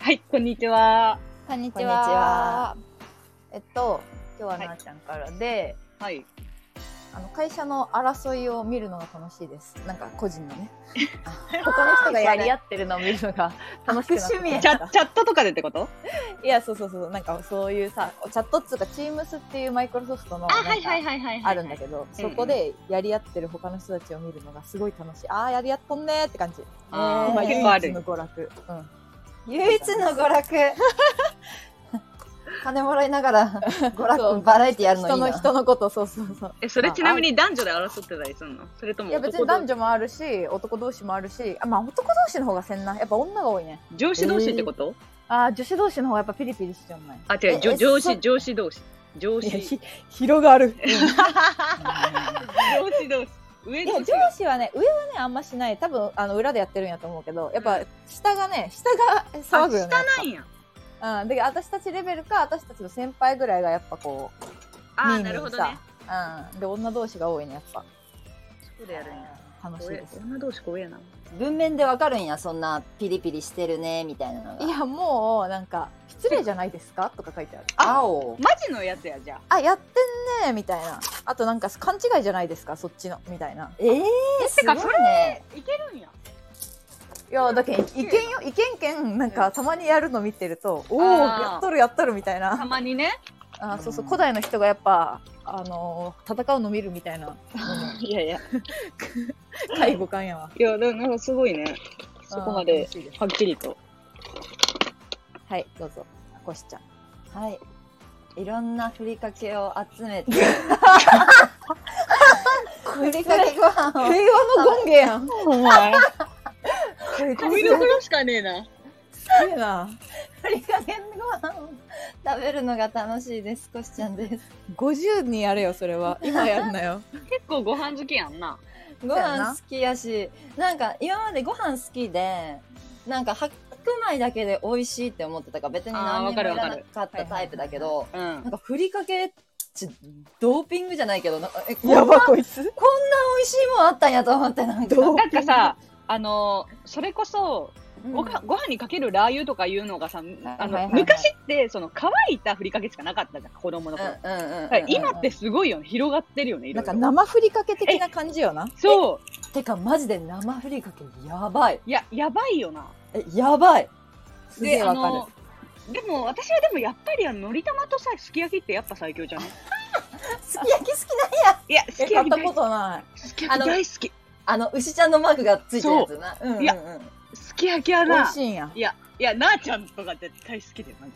はい、こんにちは。こんにこんにちは。えっと、今日ははいなあちゃんからで、はい。あの会社の争いを見るのが楽しいです。なんか個人の ね。他の人がやり合ってるのを見るのが楽しくなってきましチたャチャットとかでってこといや、そうそうそう。なんかそういうさ、チャットっつうか、Teams っていうマイクロソフトのなんかはいはいあるんだけど、そこでやり合ってる他の人たちを見るのがすごい楽しい。ああ、やり合っとんねーって感じ。あーまあ結構あ唯一のる。娯楽。うん。唯一の 娯楽金もらいなが ら娯そう楽バラエティやるのい人いなの人のことそうそうそうえ、それちなみに男女で争ってたりするのそれといもや別に男女女もあるし男同士もあるしあまあ男同士の方がせんなやっぱ女が多いね上司同士ってこと、あー女子同士の方がやっぱピリピリしちゃうもんねあ、違う、じょえ上そ司、上司同士。上司。上司 広がるい同士。上や同上士は。司はね上はねあんましない多分あの裏でやってるんやと思うけどやっぱ下がね下がえあ騒ぐよね下なんや。うんで私たちレベルか私たちの先輩ぐらいがやっぱこうあー、ニーニーなるほどね。さうんで女同士が多いねやっぱそこでやるんや。楽しい怖えですよ女同士怖えな。文面でわかるんやそんなピリピリしてるねみたいなのがいやもうなんか失礼じゃないですかとか書いてある青マジのやつや、じゃあやってんねみたいなあとなんか勘違いじゃないですかそっちのみたいなえー、すごいねあ。いけるんや。いやだけんいけんよいけんけんなんうかんたまにやるの見てるとおおあーやっとるやっとるみたいたなまにね。あーそうそう古代の人がやっぱあのー戦うの見るみたいな いやいや。介護官やわいや、でもなんかすごいね。 そこまあーで楽しいすはっきりと。はいどうぞこしちゃんはいいろんなふりかけを集め てふりかけご 飯を平和の権限やんこお前、いつ髪の黒しかねえな。すげえなふりかけご飯を食べるのが楽しいですこしちゃんです50にやれよそ れは今やんなよ結構ご飯好きやんな。ご飯好きやしなんか今までご飯好きでなんか白米だけで美味しいって思ってたから別にあー何にわもかいるらわかるなかったタイプだけどうんなん。かふりかけちドーピングじゃないけどなんかえこんなやこんばなこいつ美味しいもんあったんやと思ってなんかどうなんかさ、あのそれこそうんごは、ご飯にかけるラー油とかいうのがさ、あはいのはい昔ってその乾いたふりかけしかなかったじゃん子供のうん頃、うんうんうんだから今ってすごいよね広がってるよねいろないんろか生ふりかけ的な感じよなそうてかマジで生ふりかけやばいいややばいよなえやばいすげえわあかるのでも私はでもやっぱりあののり玉とさすき焼きってやっぱ最強じゃないすき焼き好きないいやすえき買っ焼きた大こ好とないきすき焼き大好きあの牛ちゃんのマークがついてるやつなうんうんいやすき焼きは美な味しいんやいやいやなあちゃんとか絶対好きだよマジ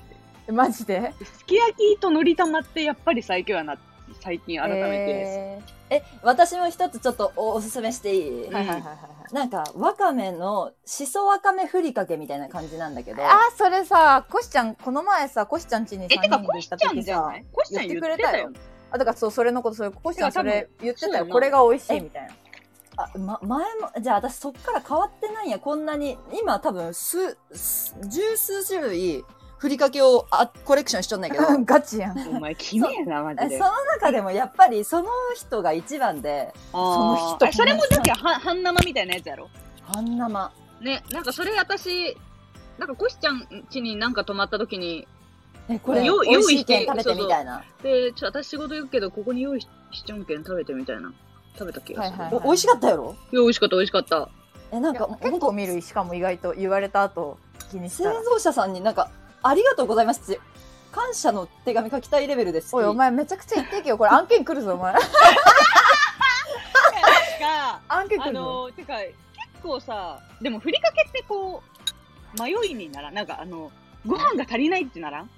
えマジでで。すき焼きとのり玉ってやっぱり最強やなって最近改めて、ええ私も一つちょっとおおすすめしていいーはいはいはいはいはいなんかわかめのしそわかめふりかけみたいな感じなんだけどあーそれさコシちゃんこの前さコシちゃん家にえ、 3てか、人コでシちしたゃん時じゃさないコシちゃん言って言ってくたれたよよ。あだからそうそれのことそれコシちゃんそれ言ってた多よ分これが美味しいみたいなあ、ま、前もじゃあ私そっから変わってないんやこんなに今多分数す十数種類ふりかけをあコレクションしとんだ けどガチやんお前、君やな、マえジで。その中でもやっぱりその人が一番であーその人あそれもだって、は半生みたいなやつやろ。半生ね、なんかそれ私、なんかコシちゃん家になんか泊まった時に、えここれれよ美味し用意しいてけん食べてみたいなで、ちょ、私仕事行くけど、ここに用意ししちゃうんけん食べてみたいな。食べたっけ、はいはいいや、お美味しかったやろ美味しかった、美味しか った。えなんか結構見るしかも意外と言われた後気にし製たら造者さんになんかありがとうございますって感謝の手紙書きたいレベルですおいお前めちゃくちゃ言ってけよ これ案件来るぞお前が、案件来あるぞの、てか、結構さ、でも、ふりかけってこう、迷いにならん、なんかあの、ご飯が足りないってならん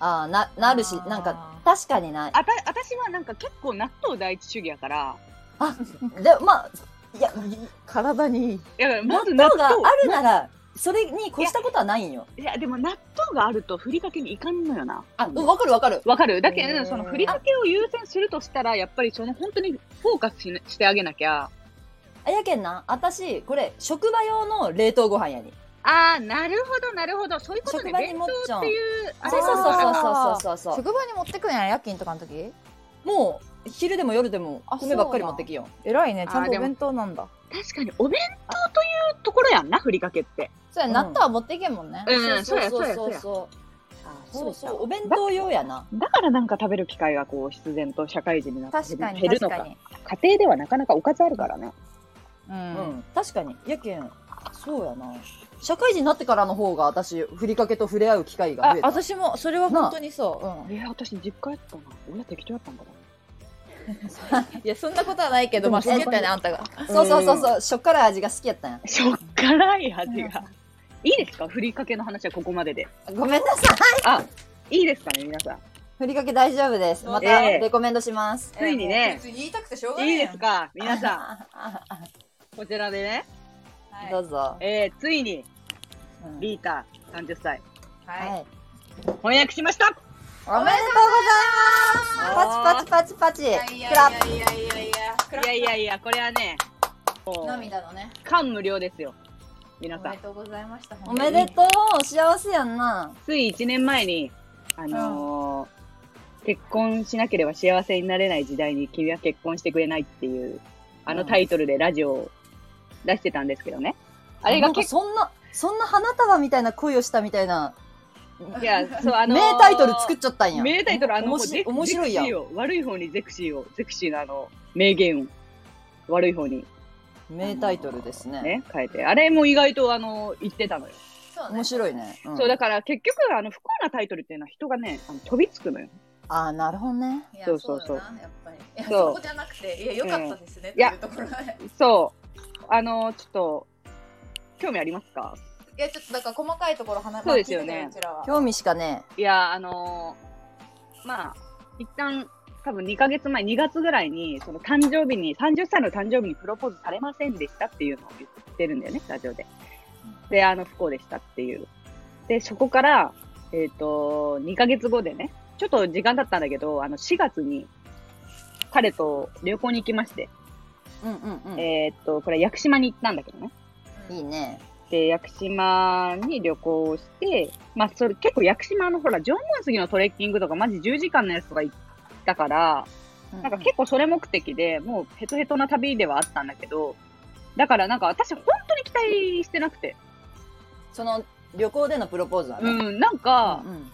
ああななるしなんかあ確かにないあた、私はなんか結構納豆第一主義やから、あでもまあいやー体にいいいや、ま納ず豆納豆があるならそれに越したことはないんよいや、でも納豆があるとふりかけにいかんのよな。あうんわかるわかるわかるだけうど、んそのふりかけを優先するとしたら、やっぱりその本当にフォーカスしなしてあげなきゃ。あやけんな私これ職場用の冷凍ご飯やにあー、なるほど、なるほど。そういうこと職ね。場に弁持っちゃ当っうていう、あそうれそうそなうのかなそうそうそうそう職場に持ってくんや夜勤とかの時もう昼でも夜でもあ米ばっかり持ってきよん偉いねちゃんあとでおも弁当なんだ確かに、お弁当というところやんな、ふりかけって。そうや、うん納豆は持っていけんもんね。うん、そうや、そそううや、そそううや。そうあそうやそうお弁当用やなだからなんか食べる機会がこう必然と社会人になって確かに、減る確のかかに。家庭ではなかなかおかずあるからねう。うんん確かにやけんそうやな社会人になってからの方が私ふりかけと触れ合う機会があ増え、た私も、それは本当にそう。うん。いや私実家やったな親適当やったんだないや、そんなことはないけど、でもまあ、好きだったよね、あんたが。そうそうそうそうしょっから味が好きやったんやしょっからい味がいいですかふりかけの話はここまででごめんなさいいいですかね皆さんふりかけ大丈夫ですまたええレコメンドしますついにね。言いたくてしょういいですか皆さ んんこちらでね、 どうぞえー、ついにうんリーター30歳はいはい。翻訳しましたおめでとうございますパチパチパチパチクラップいやいやいやいやいやいやこれはねもう涙のね。感無量ですよ皆おさめでんとうございました。おめでとう幸せやんなつい1年前にあのー結婚しなければ幸せになれない時代に君は結婚してくれないっていう、あのタイトルでラジオを出してたんですけどね。あれがなんか結そんなそんな花束みたいな恋をしたみたいな構、いや、そう、あのー名タイトル作っちゃったんや名タイトル、あの、おもこうしゼク面白いやんゼクシーを、悪い方にゼクシーを、ゼクシーのあの、名言を、悪い方に名タイトルですねね、変えて、あれも意外とあの、言ってたのよ。そうね面。白いね、うんそう、だから結局、あの、不幸なタイトルっていうのは人がね、あの飛びつくのよ。ああなるほどねいやそうそうそうだよなやっぱり。いやそうそこじゃなくて、いや、良かったですね。っいてやいうところがねそう。あの、ちょっと、興味ありますかいや、ちょっとだから細かいところ話そうですよねまあ聞いてたうちらは興味しかねいやー、あのーまあ、一旦、多分2ヶ月前、2月ぐらいに、その誕生日に、30歳の誕生日にプロポーズされませんでしたっていうのを言ってるんだよね、ラジオで。で、あの、不幸でしたっていう。で、そこから、えっ、と、2ヶ月後でね、ちょっと時間だったんだけど、あの、4月に、彼と旅行に行きまして、うんうんうんえっ、と、これ屋久島に行ったんだけどね。いいねで、屋久島に旅行をして、まあ、それ結構屋久島のほら、縄文杉のトレッキングとか、マジ10時間のやつとか行ったから、なんか結構それ目的で、もうヘトヘトな旅ではあったんだけど、だからなんか私本当に期待してなくて。その旅行でのプロポーズはうねん、なんか、うん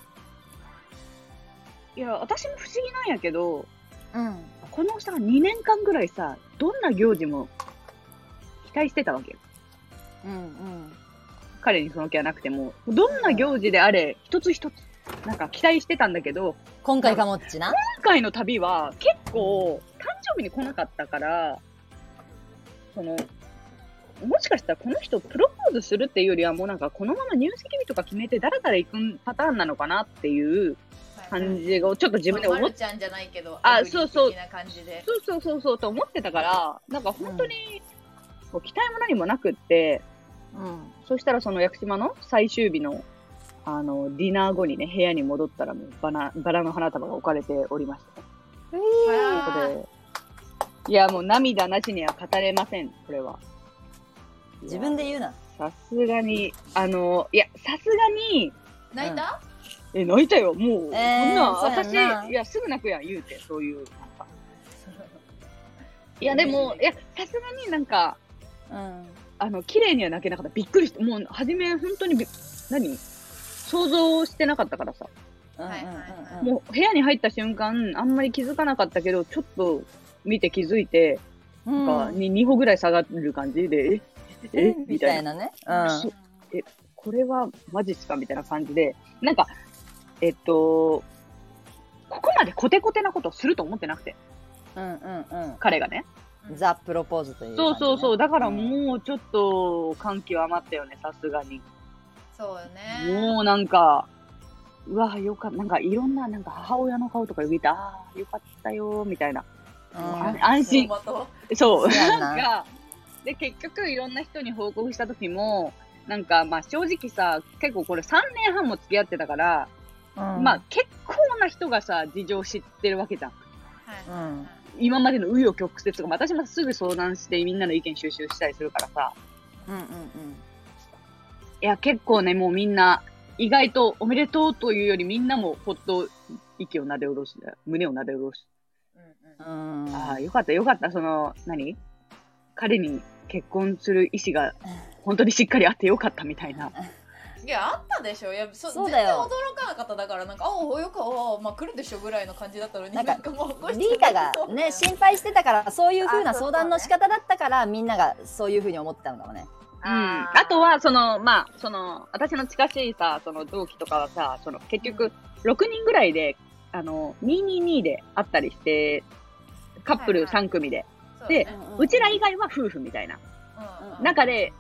いや、私も不思議なんやけど、うんこのさ、2年間ぐらいさ、どんな行事も期待してたわけよ。うんうん彼にその気はなくても、どんな行事であれ、一つ一つ、なんか期待してたんだけど、今回かもっちな今回の旅は結構誕生日に来なかったからそのもしかしたらこの人プロポーズするっていうよりはもうなんかこのまま入籍日とか決めて誰々行くパターンなのかなっていう感じをちょっと自分でまあ思まっるちゃんじゃないけど、あエブリィそうそう的な感じで。そうそうそうそうと思ってたからなんか本当にこう期待も何もなくってうんそしたらその屋久島の最終日のあのディナー後にね部屋に戻ったらもうバラバラの花束が置かれておりました。あーでいや、もう涙なしには語れません、これは。自分で言うなさすがに、あの、いや、さすがに、泣いたえ、泣いたよ、もう。えーそんな、そうやんな私、いや、すぐ泣くやん、言うて、そう いう。なんかいや、でも、いや、さすがになんか、うんあの、綺麗には泣けなかった。びっくりして、もう、初め、本当にび、何想像してなかったからさ。うんうんはいはいはうんもう、部屋に入った瞬間、あんまり気づかなかったけど、ちょっと、見て気づいて、うんなんか、に2歩ぐらい下がる感じで、え えみみたいた。ないなねそうこれはマジっすかみたいな感じで、なんか、えっと、ここまでコテコテなことをすると思ってなくて、うんうんうん彼がね。うんザ・プロポーズというそうそうそう、だからうもうちょっと感極まったよね、さすがに。そうよね。もうなんか、うわ、よかった、なんかいろんな、なんか母親の顔とか見て、ああ、よかったよ、みたいな。あ安心。走馬灯そう。そうやんななんか、で、結局いろんな人に報告した時も、なんかまあ正直さ、結構これ3年半も付き合ってたから、まあ結構な人がさ事情を知ってるわけじゃんはいうん今までの紆余曲折とかも私もすぐ相談してみんなの意見収集したりするからさうんうんうんいや結構ねもうみんな意外とおめでとうというよりみんなもほっと息をなで下ろす胸をなで下ろす、うんうんああよかったよかったその何彼に結婚する意思が本当にしっかりあってよかったみたいな。いやあったでしょいやそそうだよ全然驚かなかっただからなんかあおよくあまあ来るでしょぐらいの感じだったのにななんんかかもう起こしリてーカがねそう心配してたからそういう風あなそうそう相談の仕方だったからみんながそういう風に思ってたのかもね。うん、あとは、その、まあ、その、私の近しいさ、その同期とかはさ、その、結局、6人ぐらいで、あの、222で会ったりして、カップル3組で、そうでだねうちら以外は夫婦みたいなうんうん中で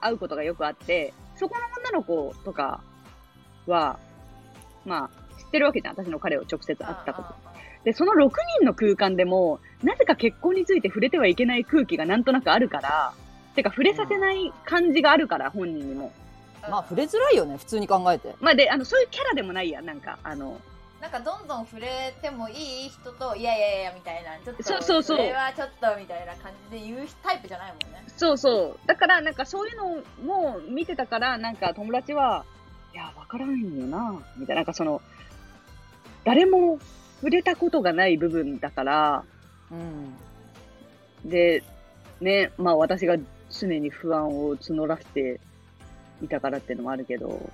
会うことがよくあって、そこの女の子とかは、まあ、知ってるわけじゃん。私の彼を直接会ったこと。で、その6人の空間でも、なぜか結婚について触れてはいけない空気がなんとなくあるから、てか触れさせない感じがあるから、本人にも。うんまあ触れづらいよね普通に考えて。まあで、あの、そういうキャラでもないやん、なんか、あの、なんかどんどん触れてもいい人といやいやいやみたいなちょっとそうそうそうこれはちょっとみたいな感じで言うタイプじゃないもんねそうそう。だから、なんかそういうのも見てたから、なんか友達は、いや、わからんよな、みたいな、なんかその、誰も触れたことがない部分だから、うん。で、ね、まあ私が常に不安を募らせていたからっていうのもあるけど、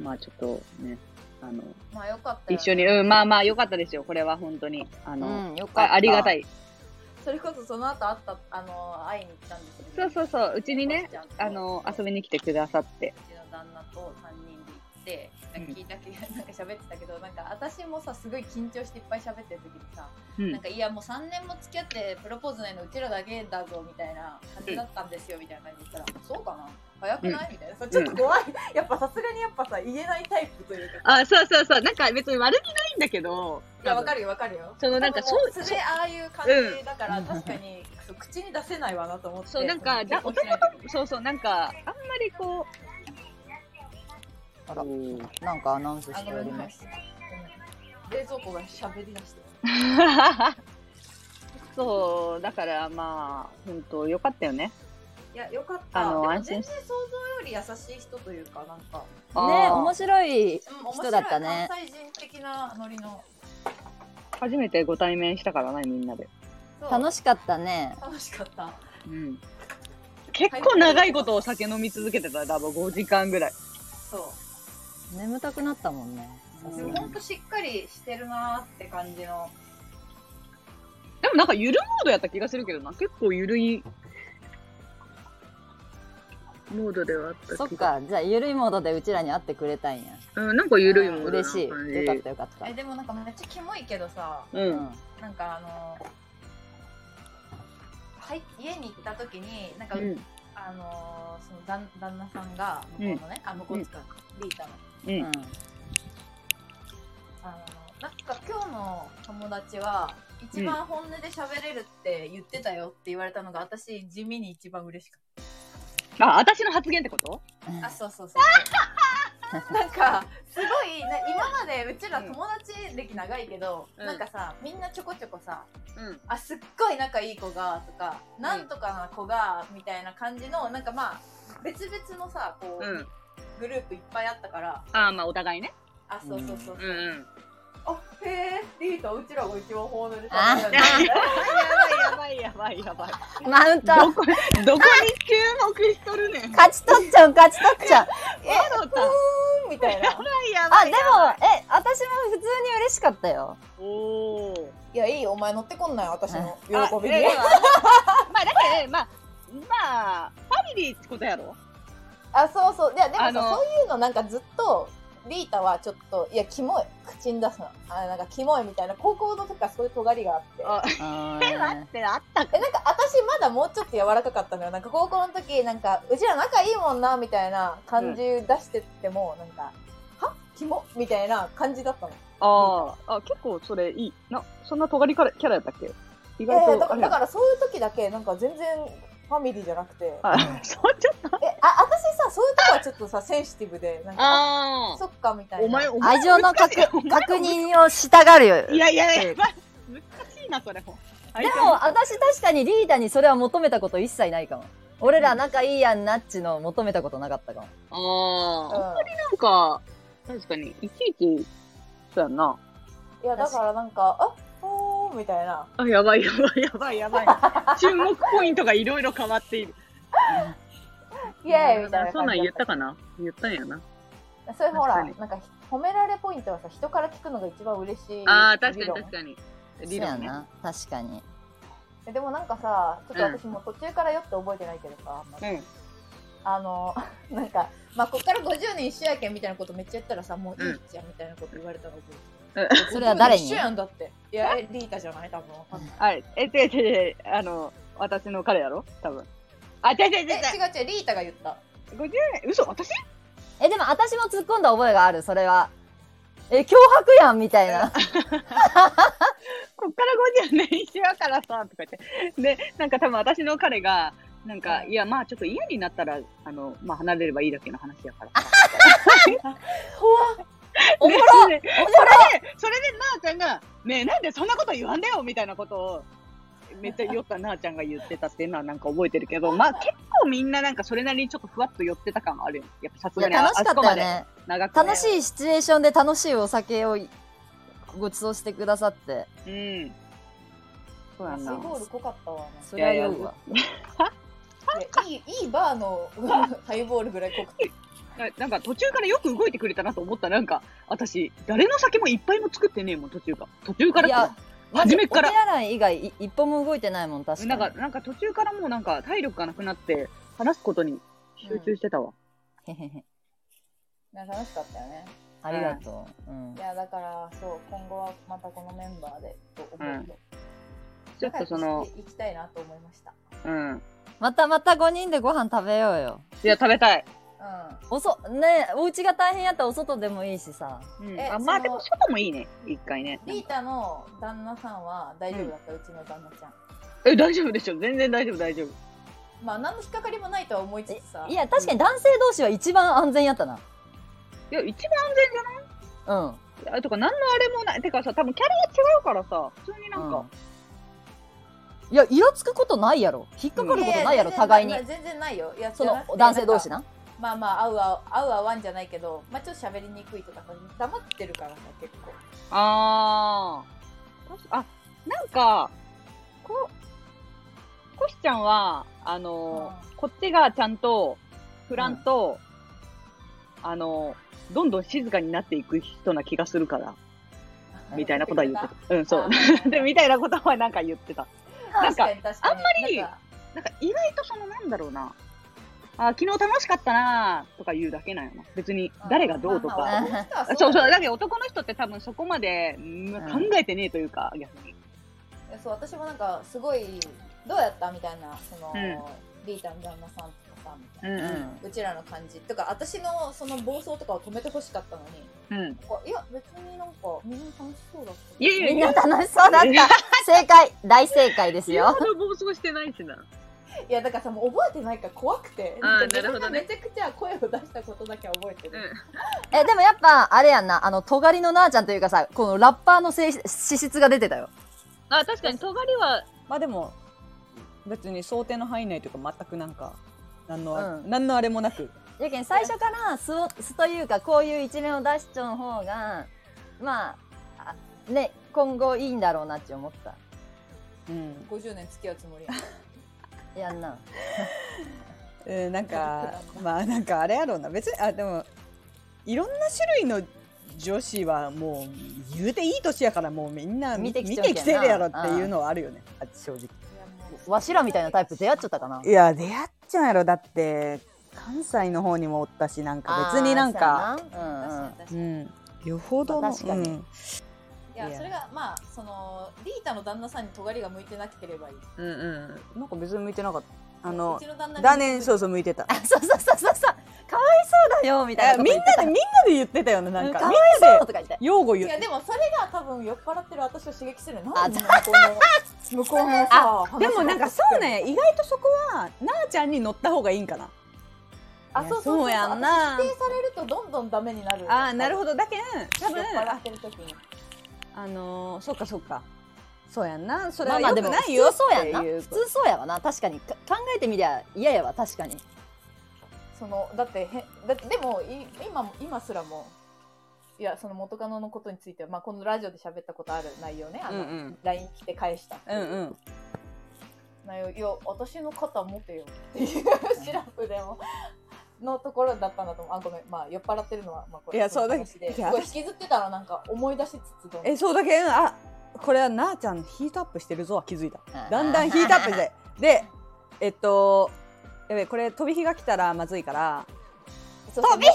まあちょっとね、あの、うんまあよかったよ一緒に、うん、まあまあ良かったですよ、これは本当に。あの、うんよかった。あありがたい。い。それこそその後会ったあの会いに行ったんですよねそうそうそう、うちにねおばちゃん、とあの、遊びに来てくださって。うちの旦那と3人で行ってなんかうん聞いたけ、なんか喋ってたけど なんか私もさすごい緊張していっぱい喋ってる時にさ、うんなん。かいやもう3年も付き合ってプロポーズないのうちらだけだぞみたいな感じだったんですよみたいな感じで言ったら、そうかな早くない、みたいなさちょっと怖い、やっぱさすがにやっぱさ言えないタイプというかあ、そうそうそう。なんか別に悪気ないんだけど。いやわかるよわかるよそのなんかそう多分もそれああいう感じだから、うん確かにそう口に出せないわなと思ってそうなんかだ結婚しない時そうそう、なんか、あんまりこあらう。なんかアナウンスあしてごおめんりごめんます。うん冷蔵庫が喋り出して そう、だからまあ、本当よかったよね。いや、よかった。あのでも安全心然想像より優しい人というか、なんか、ねあー面白い。うん面白い人だったね関西人的なノリの。初めてご対面したからね、みんなで。楽ししかったね。楽しかった。うん。結構長いことお酒飲み続けてた、多分5時間ぐらい。そ眠たくなったもんね。う。うんでも本当しっかりしてるなーって感じの。でもなんかゆるモードやった気がするけどな。結構ゆるい。モードではあったそっかじゃあゆるいモードでうちらに会ってくれたんや。うん、なんかゆるいモード嬉しい。よかったよかったえ、。でもなんかめっちゃキモいけどさ、う。うんん。なんかあのはい、家に行った時に、なんか、うん。あのーその旦旦那さんが向こうのね、あ向こうっつうか、リータのううんん。あのなんか今日の友達は一番本音で喋れるって言ってたよって言われたのが、私地味に一番嬉しかっあ、私の発言ってことた。あそうそうそう。なんかすごいな今までうちら友達歴長いけど、うんなんかさみんなちょこちょこさうん。あすっごい仲いい子がとかなんとかな子がみたいな感じのなんかまあ別々のさこう、うん。グループいっぱいあったからああ、まあお互いね。あそうそうそう、うん うん。あへえリーとうちらが一番本音であ喋れるやばいやばいやばいやばい。マウント。どこ、どこに注目しとるねん。勝ち取っちゃう勝ち取っちゃう。ろた。や みたいな。ばいやあばでいも。え私も普通に嬉しかったよ。おお。いや、いいよ、お前乗ってこんない、私の喜あびいやいにや。 まあだからね、まあ、まあ、ファミリーってことやろあ、そうそう、いや、でもあさ、のそういうの、なんかずっと。リータはちょっと、いや、キモい、口に出すの、あ、なんかキモいみたいな、高校の時からそういう尖りがあって。あ、うんってあったえ、なんか、私まだもうちょっと柔らかかったのよ、なんか高校の時、なんか、うちら仲いいもんなみたいな感じ出してっても、なんか。は、キモみたいな感じだったの。あーあ、結構それいい。な、そんな尖りからキャラやったっけ意いやいや外だと、かあら、れだやからそういう時だけ、なんか全然。ファミリーじゃなくて。え、あ、あ、 そうちょっと。私さ、そういうとこはちょっとさ、センシティブで、なんか。あそっかみたいな。お前、お前。愛情の確難しいお前確認をしたがるよ。いでやいやいや、まあ難しいな、それも。でも、私確かにリーダーにそれは求めたこと一切ないかも。俺ら仲いいやんなっちの求めたことなかったかも。うんああ、なんか、確かに、いちいち、そうやんな。いやだからなんかあおーみたいなあ、やば いやばいやばいやばい。注目ポイントがいろいろ変わっている。イエーイみたいな感じだったそんなん言ったかな言ったんやな。そういうほら、なん確か褒められポイントはさ、人から聞くのが一番嬉しい。ああ、確かに確かに。そう理や論ね。な。確かに。に。でもなんかさ、ちょっと私もう途中からよって覚えてないけどさ、うん。あの、 なんか、まあ、こっから50人一緒やけんみたいなことめっちゃ言ったらさ、もういいじゃんみたいなこと言われたの覚 えてるそれは誰に50人一緒やんだって。いや、えリータじゃない多分わかんない。はい。え、違う違う違う。あの、私の彼やろ多分。あ、違う違う違うえ、違う違う、リータが言った。違う。50円嘘私え、でも私も突っ込んだ覚えがある、それは。え、脅迫やんみたい な。こっから50年一緒やからさ、とか言って。で、なんか多分私の彼が、なんか、いや、まあちょっと嫌になったら、あの、まあ離れればいいだけの話やから。おもろおもでろでそれで、なあちゃんが、ねえ、なんでそんなこと言わんだよみたいなことを、めっちゃ酔ったなあちゃんが言ってたっていうのはなんか覚えてるけど、まあ結構みんななんかそれなりにちょっとふわっと寄ってた感はあるよ。やっぱさすいがにやあ楽しかあそこったまよでね。長く、ね。楽しいシチュエーションで楽しいお酒をご馳走してくださって。うん。そうやすな。ごい濃かったわ。なんかそれは酔うわ。いやいいいいバーの うんハイボールぐらい濃くて。ななんか途中からよく動いてくれたなと思ったなんか私誰の酒もいっぱいも作ってねえもん途中から途中かいらっやて、初めっからお手洗い以外い一歩も動いてないもん、確かなんに。かなんか途中からもうなんか体力がなくなって話すことに集中してたわ、へへへなんか楽しかったよね。ありがとう。うんい。やだからそう今後はまたこのメンバーでと思うと、ちょっとその行きたいなと思いました。うんまたまた5人でご飯食べようよ。いや食べたい、うおそ、ねえお家が大変やったらお外でもいいしさ。うん、えあそのまあでも外もいいね一回ねん。リータの旦那さんは大丈夫だった、うちの旦那ちゃん。え大丈夫でしょ全然大丈夫大丈夫まあ何の引っかかりもないとは思いつつさ。いや、確かに男性同士は一番安全やったな。いや一番うん。安全あとか何のあれもないてかさ多分キャラが違うからさ普通になんか、うんいや、イラつくことないやろ。引っかかることないやろ、全然互いにまあ。全然ないよ。いやそじゃなのくて男性同士な。なんかまあまあ合う合う合う合わんじゃないけど、まあちょっと喋りにくいとかさ黙ってるからさ結構。ああ。確かあ、なんか、こ、コシちゃんは、あのーこっちがちゃんと、フランと、あのーどんどん静かになっていく人な気がするから、みたいなことは言ってた。うん、そう。うで、みたいなことはなんか言ってた。なん確かかに確かに。あんまりなんかなんか意外とその、なんだろうな。あー、昨日楽しかったなーとか言うだけなんよな。別に、誰がどうとまあか。まあまあそうそ男の人はう。だよだけど男の人って多分そこまで、うん考えてねえというか、逆に。いやそう私もなんかすごいどうやったみたいなその、うんリータの旦那さんとかさみたいなう。うんうちらの感じとか私のその暴走とかを止めてほしかったのにうん。なんかいや別になんかみんな楽しそうだったいやいやみんな楽しそうだった。正解。大正解です今よほ。ど暴走してないしな。いやだからさもう覚えてないから怖くてあー自分がなるほどねめちゃくちゃ声を出したことだけは覚えてる、え、でもやっぱ、あれやんな。あの、尖りのなあちゃんというかさ、このラッパーの性資質が出てたよ。あ、確かに、尖りは、まあでも別に想定の範囲内というか全くなんか何の,、うん何のあれもなくやけん、最初から素を、素というか、こういう一面を出しちゃう方が、まあ、あね、今後いいんだろうなって思った。うん、 50年付き合うつもりやんな。えーなん かまあなんかあれやろうな別にあでもいろんな種類の女子はもう言うていい年やからもうみんな見見ててききちゃうけんなてるやろっていうのはあるよねあ正直わしらみたいなタイプ出会っちゃったかないや出会っちゃうやろだって関西の方にもおったしなんか別になんかあーそうや確なかうんに確かうんに、いよほどの、まあ確かにうんやいやそれがまあそのリータの旦那さんに尖りが向いてなければいいうんうんなんか別に向いてなかったあのうちの旦那にだねそうそう向いてたうん。そうそうそうそうそう。かわいそうだよ、みたいなことみん言なってた。でみんなで言ってたよねなんかかわみいんなそうでとか言って。用語い言っやてでもそれが多分酔っ払ってる私を刺激するのあ向こうの向こうの さ話でもなんかそうなんや意外とそこはなあちゃんに乗った方がいいんかなあそうそうそういやそうやんな私否定されるとどんどんダメになるああなるほどどだけん多分酔っ払ってる時にあのー、そっかそっかそうやんなそれまはあまあよでくもな普いよ通っそうやてんな。い普う通そうやわな。確かに。か考えてみりゃ嫌やわ、確かに。そのだってへだでもい今も今すらもいやその元カノのことについては、まあ、このラジオで喋ったことある内容ねあうの、ん LINE 来て返したってういんううんうんなよいや私の肩持てよっていうシラフでものところだったんだと思うあごめんまあ酔っ払ってるのは、まあ、これいやそうだ話ですいやごい引きずってたらなんか思い出しつつどんどんえそうだけんあこれはなあちゃんヒートアップしてるぞは気づいただんだんヒートアップしてでえっとやべこれ飛び火が来たらまずいからそうそう元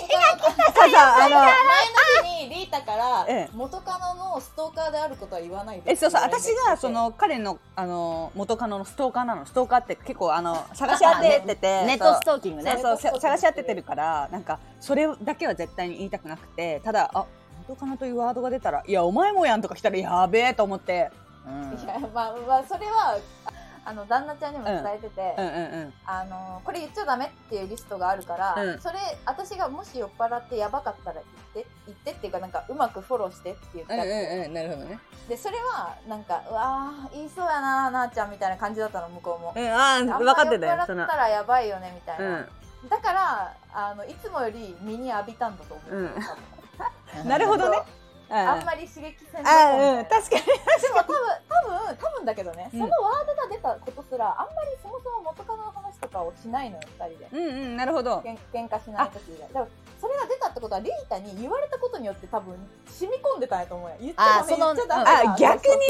傘あのカノにリータからええ元カノのストーカーであることは言わないでえそうそうって言われ私てがその彼のあの元カノのストーカーなのストーカーって結構あの探し当てててネットストーキングね。そうそうそうさ探し当ててるからなんかそれだけは絶対に言いたくなくてただあ元カノというワードが出たら「いやお前もやん」とか来たらやべえと思ってうんいやまあまあそれはあの旦那ちゃんにも伝えてて、うんうんうんあのこれ言っちゃダメっていうリストがあるから、うんそれ私がもし酔っ払ってやばかったら言って言ってっていうかなんかうまくフォローしてって言ったうんのうんうんなるほどねでそれはなんかうわー言いそうやななあちゃんみたいな感じだったの向こうもう。んああーん分まかってた酔よっそ払のったらやばいよねみたいうな、だからあのいつもより身に浴びたんだと思う、うん多分ん なるほどねあんあまり刺激せんとこみたいなあうん確かにでも多分多分多分だけどね、うんそのワードが出たことすらあんまりそもそも元カノの話とかをしないのよ2人でうんうんなるほどけん喧嘩しない時以外だからそれが出たってことはリータに言われたことによって多分染み込んでたんやと思うよ言っちゃダあーメその言っちゃダメあ逆にね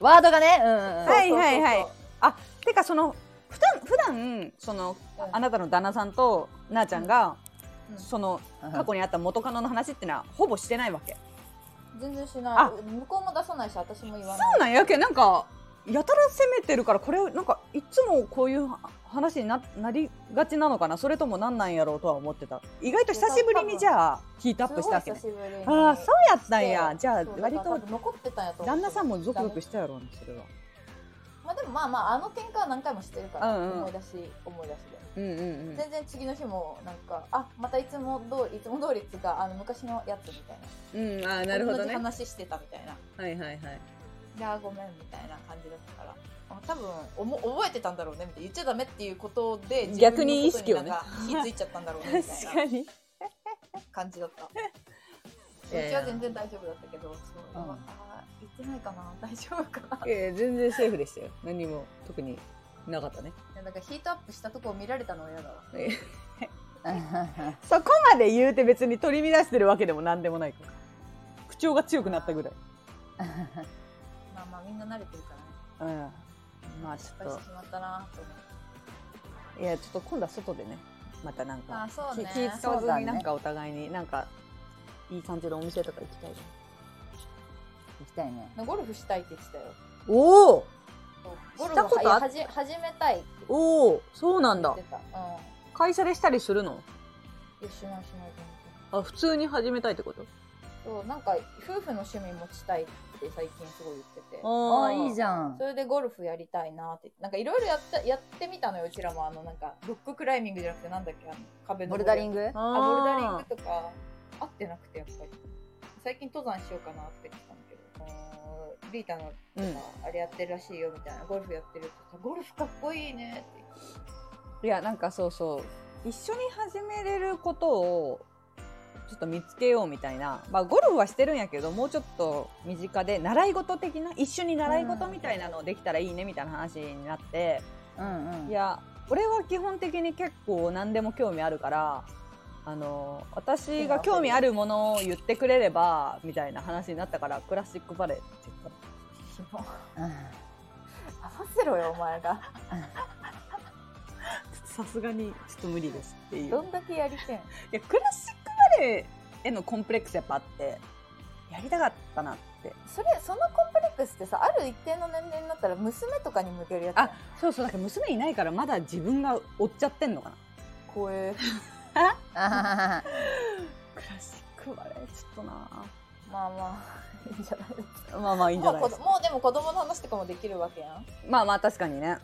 ワードがね、うんうんそうそうそうはいはいはいてかその普段普段そのうんあなたの旦那さんとなあちゃんがうんそのうん。過去にあった元カノの話ってのはほぼしてないわけ全然しあない向こうも出さないし私も言わそなうなんやけんなんかやたら責めてるからこれなんかいつもこういうは話にななりがちなのかなそれともなんなんやろうとは思ってた意外と久しぶりにじゃあヒートアいッすプしたごいわけ久ねしぶりにああそうやったんやしてじゃあそうだ割から多と分残ってたんやと思う旦那さんもゾクゾクしたやろうねそれはまあでもまあまああの喧嘩は何回もしてるから、うんうん思い出し思い出しうでんうん全然次の日もなんかあまたいつも通りいつも通りっていうかあの昔のやつみたいなうんうんああ同じ話してたみたいなはいはいはいじゃあごめんみたいな感じだったからあ多分おも覚えてたんだろうねみたいな言っちゃダメっていうことで自分のこと逆に意識をねなんか火ついちゃったんだろうねみた い確かにな感じだ ったいやういちやは全然大丈夫だったけどそう、うんあー言ってないかな大丈夫かな いやいや全然セーフでしたよ何も特になかったねいやなんかヒートアップしたとこを見られたのは嫌だわそこまで言うて別に取り乱してるわけでも何でもないから口調が強くなったぐらいまあまあみんな慣れてるからねうんまあち失ょっ敗してしまったなと思ってといやちょっと今度は外でねまたなんかあそうね気気使わずになんかお互いになんかいい感じのお店とか行きたいじ行きたいね。ゴルフしたいって言ってたよゃんおおゴルしたフことはあっはじ始めたいっておおそうな言ってたうん会社でしたりするのいやしないしない全然あ普通に始めたいってことそうなんか夫婦の趣味持ちたいって最近すごい言っててあああ、いいじゃんゃんそ。れでゴルフやりたいなってなんかいろいろやったやってみたのようちらもあのなんかロッククライミングじゃなくてなんだっけあの壁のボルダリンググあボルダリングあとか合ってなくてやっぱり最近登山しようかなって言ってたんだけどあのリータのーうんあれやってるらしいよみたいなゴルフやってるって言ったらゴルフかっこいいねっていやなんかそうそう一緒に始めれることをちょっと見つけようみたいな、まあ、ゴルフはしてるんやけどもうちょっと身近で習い事的な一緒に習い事みたいなのできたらいいねみたいな話になって、うんうん。いや俺は基本的に結構何でも興味あるからあの私が興味あるものを言ってくれればみたいな話になったからクラシックバレエって言った合わうんせろよお前がさすがにちょっと無理ですっていうどんだけやりてんいやクラシックバレエへのコンプレックスやっぱあってやりたかったなってそれそのコンプレックスってさある一定の年齢になったら娘とかに向けるやつあそうそうだから娘いないからまだ自分が追っちゃってんのかな怖えあクラシックバレエちょっとなまあまあいいんじゃないですかまあまあいいんじゃないもうで子す供もうでも子供の話とかもできるわけやんまあまあ確かにね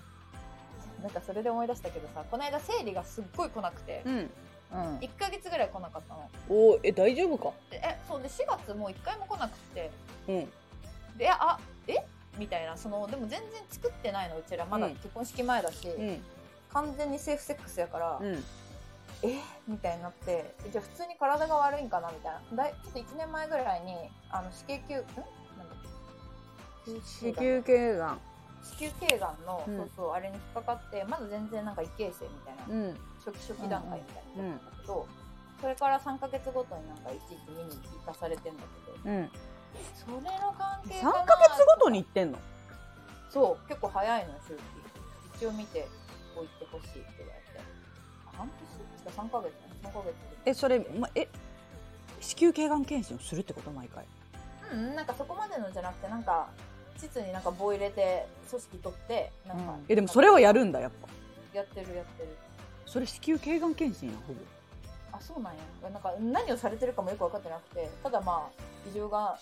なんかそれで思い出したけどさこの間生理がすっごい来なくてうんーうん1ヶ月ぐらい来なかったのおえ大丈夫かでえそうで4月もう1回も来なくてうんであえみたいなそのでも全然作ってないのうちらまだうん結婚式前だし、うん完全にセーフセックスやから、うんえみたいになってじゃあ普通に体が悪いんかなみたいなだいちょっと1年前ぐらいにあの子宮球んなんだっけ子宮頸がん子宮頸がんの、うんそうそうあれに引っかかってまだ全然なんか異形成みたいな、うん初期初期段階みたいなのだったんだけど、それから3ヶ月ごとになんかいちいち見に行かされてんだけどうんそれの関係3かなか月ごとに行ってんのそう結構早いの周期一応見てこう言ってほしいって言われて半年ですか3ヶ月3ヶ月えそれ、ま、え子宮頸がん検診をするってこと毎回うんうんなんかそこまでのじゃなくてなんか膣になんか棒入れて組織取ってなんか、えでもそれをやるんだやっぱやってるやってるそれ子宮頸がん検診やほぼあそうなんやなんか何をされてるかもよく分かってなくてただまあ異常が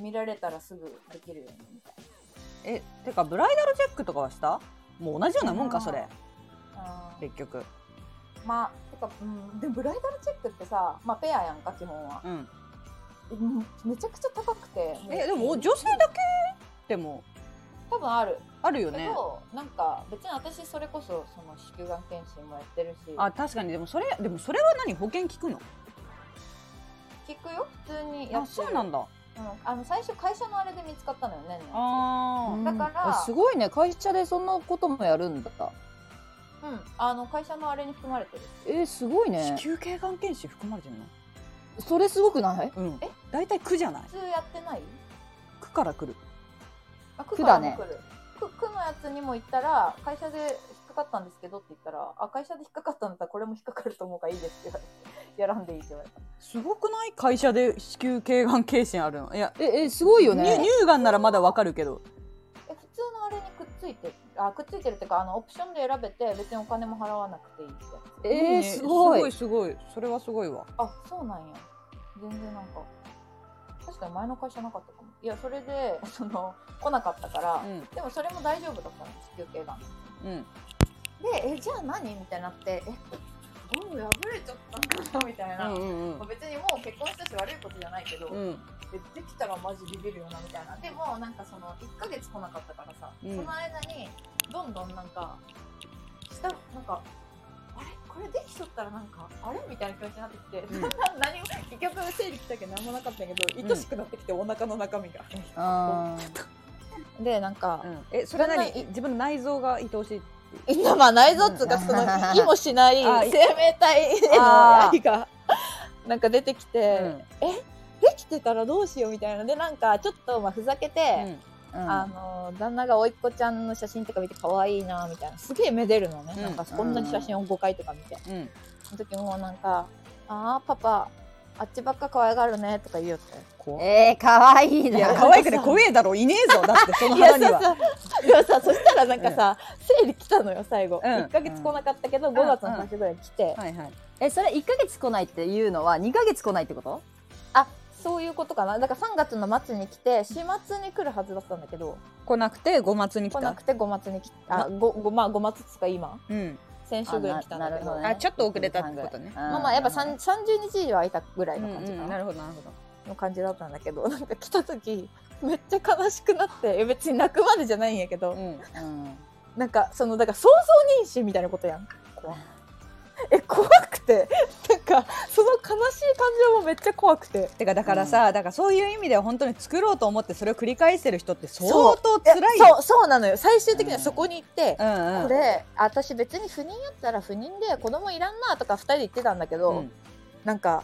見られたらすぐできるようにみたいえてかブライダルチェックとかはしたもう同じようなもんかそれなあー結局まあてか、うん、でもブライダルチェックってさ、まあ、ペアやんか基本はうんうんめちゃくちゃ高くてうえでも女性だけでも多分あるあるよけど、ねなんか別に私それこそその子宮がん検診もやってるしあ確かにでもそれでもそれは何保険聞くの聞くよ普通にやってるあそうなんだうんあの最初会社のあれで見つかったのよねあだからうんえすごいね会社でそんなこともやるんだうんあの会社のあれに含まれてるえーすごいあね子宮頸がん検診含まれてるのそれすごくないうんえ大体区じゃない普通やってない区から来るあ区だねから来る区区のやつにも行ったら会社で引っかかったんですけどって言ったらあ会社で引っかかったんだったらこれも引っかかると思うからいいですって言われてやらんでいいって言われたすごくない会社で子宮頸がん検診あるのいやええすごいよ乳ね乳がんならまだわかるけどえ普通のあれにくっついてあくっついてるっていうかあのオプションで選べて別にお金も払わなくていいってやつえねー、すごすごいいすごいそれはすごいわあそうなんや全然なんか確かに前の会社なかったかもいやそれで その来なかったから、うんでもそれも大丈夫だったの子宮頸がんうんでえじゃあ何みたいになってえゴム破れちゃったんだみたいな、うんまあ別にもう結婚したし悪いことじゃないけど、うんでできたらマジビビるよなみたいなでもなんかその1ヶ月来なかったからさ、うんその間にどんどんなんか下なんかあれこれできちゃったらなんかあれみたいな気持ちになってきて、うん 何も結局生理来たけど何もなかったけど愛しくなってきて、お腹の中身があでなんか、うんえそれはそんな何に自分の内臓が愛おしい今まあ内臓っつうかその 意もしないあ生命体へのあ愛がなんか出てきて、うんできてたらどうしようみたいなでなんかちょっとまあふざけて、ーあの旦那が甥っ子ちゃんの写真とか見て可愛いなみたいなすげえめでるのね、うんなんかこんなに写真を5回とか見て、うんその時もうなんか「ああパパあっちばっか可愛がるね」とか言うよって。うん怖いえー、かわいいいやな可愛くて怖えだろいねえぞだってそのいや腹さにはさいやさそしたらなんかさ、生理来たのよ最後、うん1ヶ月来なかったけど、ん5月の最初ぐらいに来て、はいはいえそれ1ヶ月来ないっていうのは2ヶ月来ないってことあそういうことかなだから3月の末に来て4月に来るはずだったんだけど来なくて五末に来来なたくて5月に来あごごまあ5月っつうか今うん先週ぐらいに来たんだけどあなるほどねあちょっと遅れたってことねまあまあやっぱさん30日以上空いたぐらいの感じかな,、なるほどなるほどの感じだったんだけど なんか来た時めっちゃ悲しくなってえ別に泣くまでじゃないんやけど、うんうんなんかそのだから想像妊娠みたいなことやん怖いえ怖くてなんかその悲しい感情もめっちゃ怖くててかだからさ、だからそういう意味では本当に作ろうと思ってそれを繰り返してる人って相当辛いそうよそうそうなのよ最終的にはそこに行って、うんうんこれ私別に不妊やったら不妊で子供いらんなとか2人で言ってたんだけど、うんなんか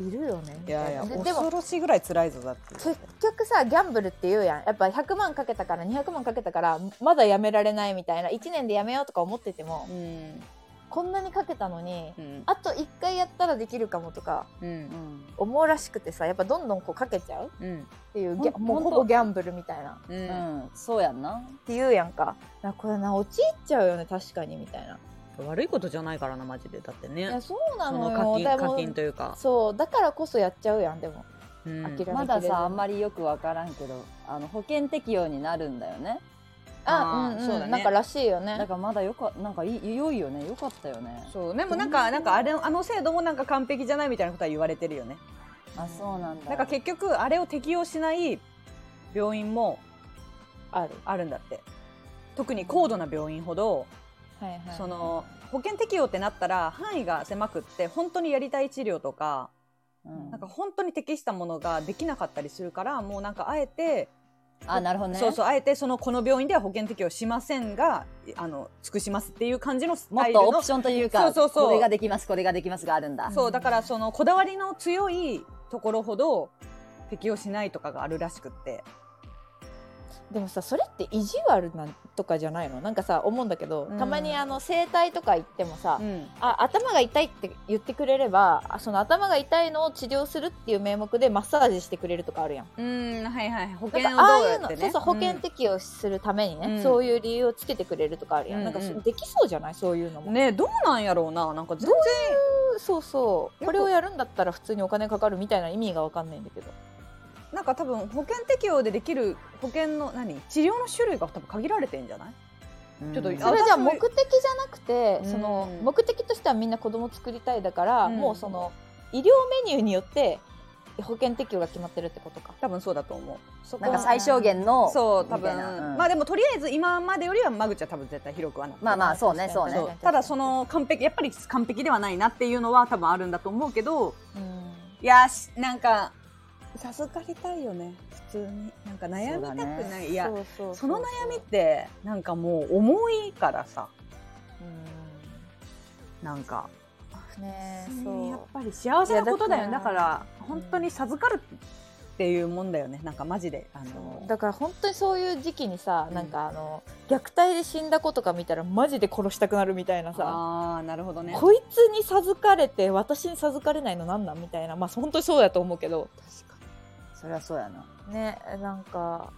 いるよねみいやたいやなででも恐ろしいぐらい辛いぞだって結局さギャンブルって言うやんやっぱ100万かけたから200万かけたからまだやめられないみたいな1年でやめようとか思ってても、うんこんなにかけたのにうんあと1回やったらできるかもとかううんん思うらしくてさやっぱどんどんこうかけちゃううんっていうギャほんもうほぼギャンブルみたいなっううんんそうやんなていうやんかなこれな陥っちゃうよね確かにみたいな。悪いことじゃないからなマジでだっていやねそうなそののよ課金でも課金というか、そうだからこそやっちゃうやんでもうん諦めきれまださあんまりりよくわからんけどあの保険適用になるんだよねああーうんうんそうだねなんからしいよねだからまだよかなんかい良いよねよかったよねそうでもなんかなんかあれあの制度もなんか完璧じゃないみたいなことは言われてるよねあそうなんだなんか結局あれを適用しない病院もあるあるんだって特に高度な病院ほどはいはいその保険適用ってなったら範囲が狭くって本当にやりたい治療とかうんなんか本当に適したものができなかったりするからもうなんかあえてあ、なるほどね。そうそうあえてそのこの病院では保険適用しませんがあの尽くしますっていう感じのスもタっイルのとオプションというか、そうそうそうこれができます、これができますがあるんだ。そうだからそのこだわりの強いところほど適用しないとかがあるらしくってでもさそれって意地悪なんとかじゃないのなんかさ思うんだけど、うんたまにあの整体とか行ってもさ、うんあ頭が痛いって言ってくれればあその頭が痛いのを治療するっていう名目でマッサージしてくれるとかあるやんうんはいはい保なん険かをどああういやうっの、てそうねそう保険適用するためにね、うんそういう理由をつけてくれるとかあるやん、うんなんかそうんできそうじゃないそういうのうも、んねどうなんやろうななんか全然そうそうこれをやるんだったら普通にお金かかるみたいな意味がわかんないんだけどなんか多分保険適用でできる保険の何治療の種類が多分限られてんじゃないうんちょっとそれじゃあ目私も的じゃなくて、うんその目的としてはみんな子供作りたいだから、うんもうその医療メニューによって保険適用が決まってるってことか。多分そうだと思うそこなはんか最小限の、そう多分みたいなうんまあでもとりあえず今までよりは間口は多分絶対広くはなってるまあまあ、そうね、確そかうにねそ。うただその完璧やっぱり完璧ではないなっていうのは多分あるんだと思うけどうんいやしなんか授かりたいよね普通になんか悩みたそうくだない、いやうううその悩みってなんかもう重いからさなんかうんねえやっそぱり幸せなことだよねいだやだかからら本当に授かるっていうもんだよねなんかマジであうのだから本当にそういう時期にさ、うんなんかあの虐待で死んだ子とか見たらマジで殺したくなるみたいなさ、ああなるほどねこいつに授かれて私に授かれないのなんなんみたいなまあ本当にそうだと思うけどそりゃそうやな。ねなんか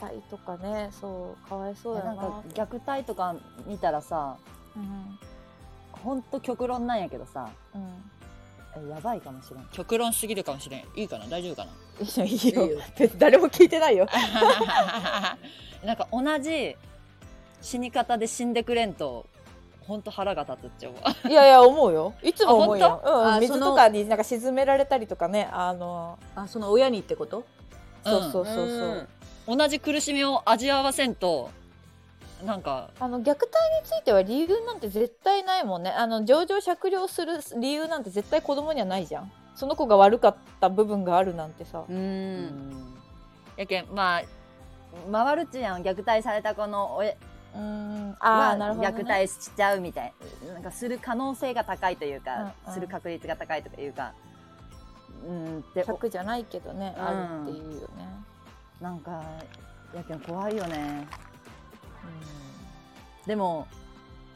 虐待とかねそうかわいそうだななんか虐待とか見たらさ、うんほんと極論なんやけどさ、うんえやばいかもしれん。極論すぎるかもしれんいいかな大丈夫かいいよいいよ別に誰も聞いてないよな なんか同じ死に方で死んでくれんと、ほんと腹が立つっちゃうわ。いやいや思うよいつも思うあよ、当うあん、水そのとかになんか沈められたりとかねあのあその親にってことそうそうそうそう、うん同じ苦しみを味わわせんと、なんか、あの虐待については理由なんて絶対ないもんねあの情状酌量する理由なんて絶対子供にはないじゃんその子が悪かった部分があるなんてさ、ううんん。やけん、まあ、回るっちゅうやん。虐待された子の親うんあはあなるほど、ね、虐待しちゃうみたいな,、なんかする可能性が高いというか、うんうんする確率が高いというかうんでお100じゃないけどね、うんあるっていうよね、なんかやけん怖いよね、うん、でも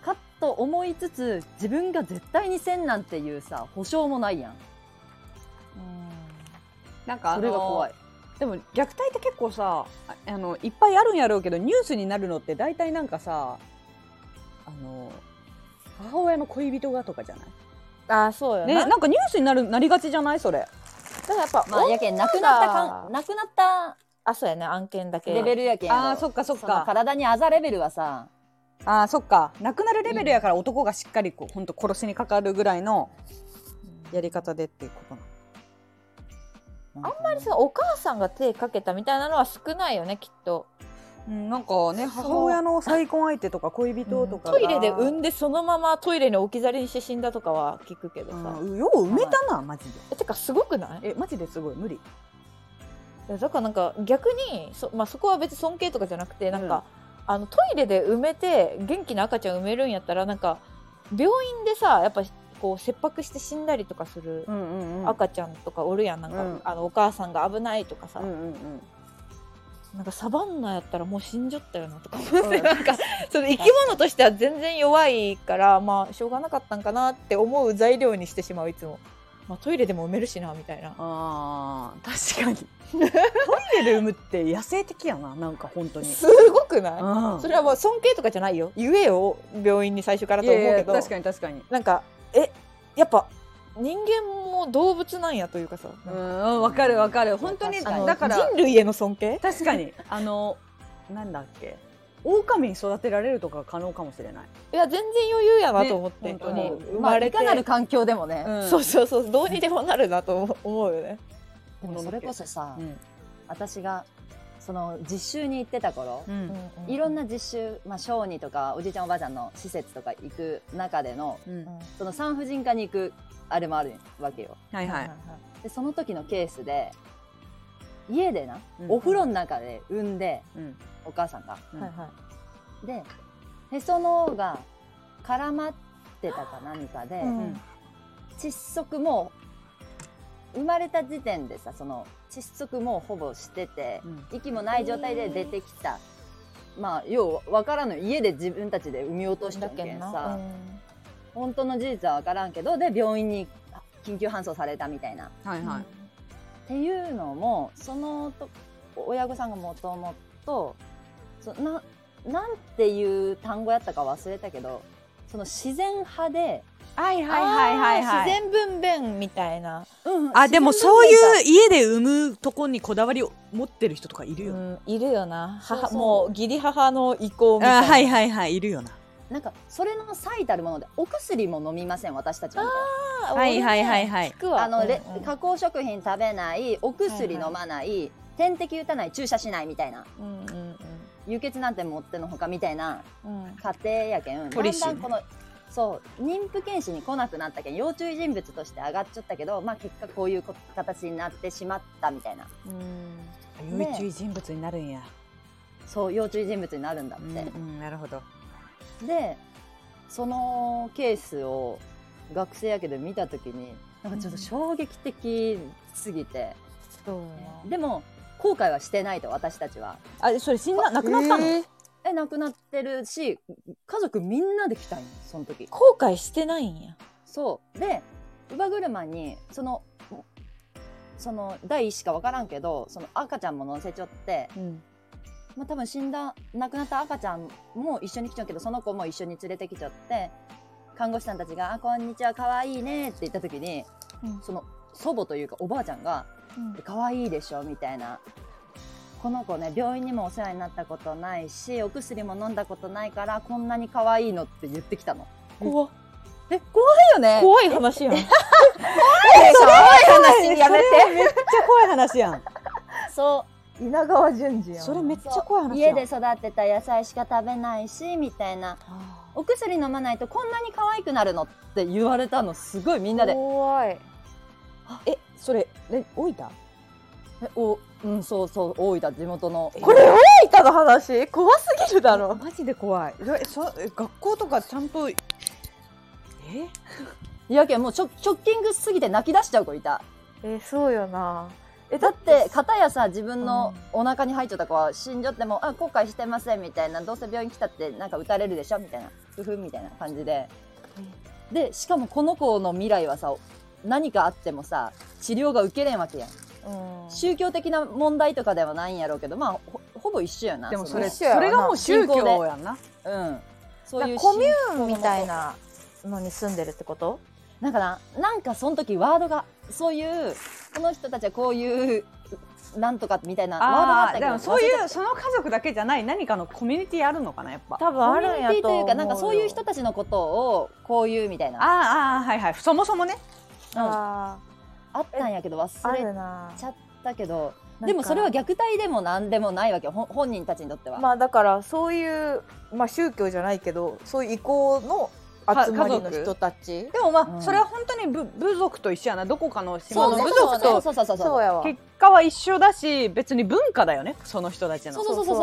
かと思いつつ自分が絶対にせんなんていうさ保証もないやんなんかあそのれが怖いでも虐待って結構さああのいっぱいあるんやろうけどニュースになるのって大体なんかさあの母親の恋人がとかじゃないああそうよねねなんかニュースになるなりがちじゃないそれだからやっぱ、まあやけん亡くなったかん亡くなったあそうやね案件だけレベルやけんやろあーそっかそっそのか体にあざレベルはさあーそっかなくなるレベルやから男がしっかりこう本当殺しにかかるぐらいのやり方でっていうことなのあんあんまりさお母さんが手かけたみたいなのは少ないよねきっとうん、なんかね母親の再婚相手とか恋人とかが、トイレで産んでそのままトイレに置き去りにして死んだとかは聞くけどさ、うんよう埋めたなマジでえてかすごくないえマジですごい無理いやだからなんか逆にそ,、まあ、そこは別に尊敬とかじゃなくてなんか、あのトイレで埋めて元気な赤ちゃん埋めるんやったらなんか病院でさやっぱこう切迫して死んだりとかするうんうんうん赤ちゃんとかおるやんなんか、うんあのお母さんが危ないとかさ、うんうんうんなんかサバンナやったらもう死んじゃったよなとか思って、なんかその生き物としては全然弱いからまあしょうがなかったんかなって思う材料にしてしまういつも、まあ、トイレでも埋めるしなみたいなあー確かに トイレで産むって野生的やななんか本当にすごくないうんそれはもう尊敬とかじゃないよ言えよ病院に最初からと思うけどいやいや確かに確かになんかえやっぱ人間も動物なんやというかさ、うなんかんわかるわかる本当にあのだから人類への尊敬確かに あのなんだっけ狼に育てられるとか可能かもしれないいや全然余裕やなと思って、ね本当にもう生まあまいれて、かなる環境でもね、うんそうそうそうどうにでもなるなと思う思うよねでもそれこそさ、うん私がその実習に行ってた頃、うんいろんな実習、まあ、小児とかおじいちゃんおばあちゃんの施設とか行く中でのうんその産婦人科に行くあれもあるわけよはいはいでその時のケースで家でな、うんお風呂の中で産んで、うんお母さんがうんはいはいでへその緒が絡まってたか何かで、うん窒息もう生まれた時点でさその窒息もうほぼしてて、うん息もない状態で出てきた、まあ要は分からぬ家で自分たちで産み落としたけんさ、本当の事実は分からんけどで病院に緊急搬送されたみたいな。はいはい。っていうのもそのと親御さんがもともとそななんていう単語やったか忘れたけどその自然派で、はいはいはいはいはい自然分娩みたいな、あでもそういう家で産むとこにこだわりを持ってる人とかいるうよね。ん、いるよなそうそう母もう義理母の意向みたいなあはいはいはいいるよな。なんかそれの最たるものでお薬も飲みません私たちはみたいなはいはいはいはい聞くわあの、レうんうん加工食品食べないお薬飲まない、点滴打たない注射しないみたいなうんうん輸血なんて持ってのほかみたいなうんうん家庭やけんポリシーねだんだんこのそう妊婦検診に来なくなったけん要注意人物として上がっちゃったけど、まあ、結果こういうこ形になってしまったみたいなうんね要注意人物になるんや。そう要注意人物になるんだっうんて、うんなるほど。でそのケースを学生やけど見た時になんかちょっと衝撃的すぎて、そうやなでも後悔はしてないと私たちはあそれ死んだなくなったの。え亡くなってるし家族みんなで来たんよその時後悔してないんやそうで乳母車にそのその第一子か分からんけどその赤ちゃんも乗せちょって、うんまあ、多分死んだ亡くなった赤ちゃんも一緒に来ちゃうけどその子も一緒に連れてきちゃって看護師さんたちが「あこんにちはかわいいね」って言った時に、うんその祖母というかおばあちゃんがうん可愛いでしょみたいなこの子ね病院にもお世話になったことないしお薬も飲んだことないからこんなに可愛いのって言ってきたの怖っえ怖いよね怖い話やん怖い話やめてめっちゃ怖い話やん。そ稲川淳二や んそれめっちゃ怖いう話や家ん。で育てた野菜しか食べないしみたいなお薬飲まないとこんなに可愛くなるのって言われたのすごいみんなで怖いえそれえ置いた。えおうんそうそう大分地元のこれ大分の話怖すぎるだろマジで怖い。えそえ学校とかちゃんとえいやけんもうショショッキングすぎて泣き出しちゃう子いたえそうよなえだって片やさ自分のお腹に入っちゃった子は死んじゃっても、あ後悔してませんみたいなどうせ病院来たってなんか打たれるでしょみたいなふふみたいな感じで、でしかもこの子の未来はさ何かあってもさ治療が受けれんわけやんうん宗教的な問題とかではないんやろうけどまあほほぼ一緒やなでもそれのそれがもう宗信仰教でやんな。うんそういうコミュューンみたいなのに住んでるってことなんかななんかその時ワードがそういうこの人たちはこういうなんとかみたいなワードがああったあけでどもそう忘れちゃったいうその家族だけじゃない何かのコミュニティあるのかなやっぱ。多分コあミるんュやニティととい思うかなんかそういう人たちのことをこういうみたいなあ,、あーあーはいはいそもそもねうん、ああったんやけどーあ忘れるなちゃったけどでもそれは逆虐待でも何でもないわけよほん本人たちにとっては、まあだからそういうまあ宗教じゃないけどそういう意向の集まりの人たちでもまあ、うんそれは本当に部部族と一緒やなどこかの島のね部族とそうそうそうそうそうやわ結果は一緒だし別に文化だよねその人たちのそうそうそうそう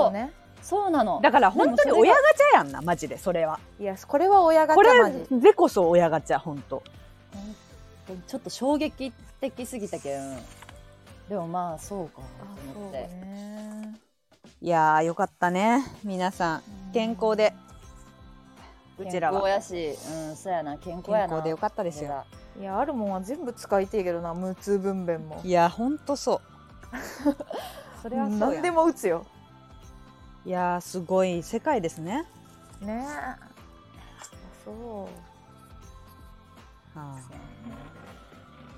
そうねなのだから本当に親でガチャやんなマジでそれはいやこれは親ガチこャマジれでこそ親ガチャ本当もそれがちょっと衝撃的すぎたけんでもまあそうかあとそ思うってねいやーよかったね皆さん健康でうちら健康はやしうんそうやな健康健やな康でよかったですそれよがいやあるもんは全部使いてえけどな無痛分娩もいや本当そうそれはそうや何でも打つよいやーすごい世界ですねねえあそは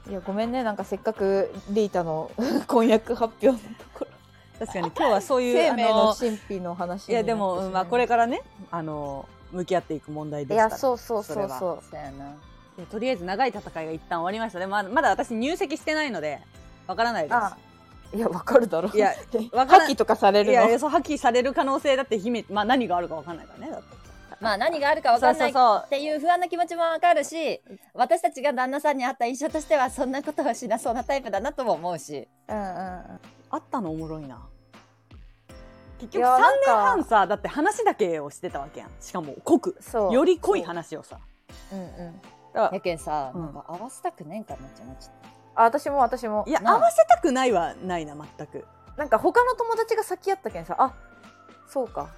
ういやごめんねなんかせっかくリータの婚約発表のところい確かに今日はそういう生命のあ神秘の話いやでになも、ってしままあ、いこれからねあの向き合っていく問題ですいかやらそうそうそうそれそうそうやなでとりあえず長い戦いが一旦終わりましたねまだまだ私入籍してないのでわからないですあいやわかるだろいやわからん破棄とかされいるのやいやそう破棄される可能性だって秘めまあ何があるかわかんないからねだってまあ何があるか分かんないそうっていう不安な気持ちもわかるし私たちが旦那さんに会った印象としてはそんなことはしなそうなタイプだなとも思うしうんうんうんあったのおもろいな結い局や3なん年か半さだって話だけをしてたわけやんしかも濃くそうより濃い話をさうんうんだかやけんさ、うんなんか合わせたくねえんかなっちゃうなちょっあ私も私もらいやなあ合わせたくないはないな全くなんか他の友達が先やったけんさあそうか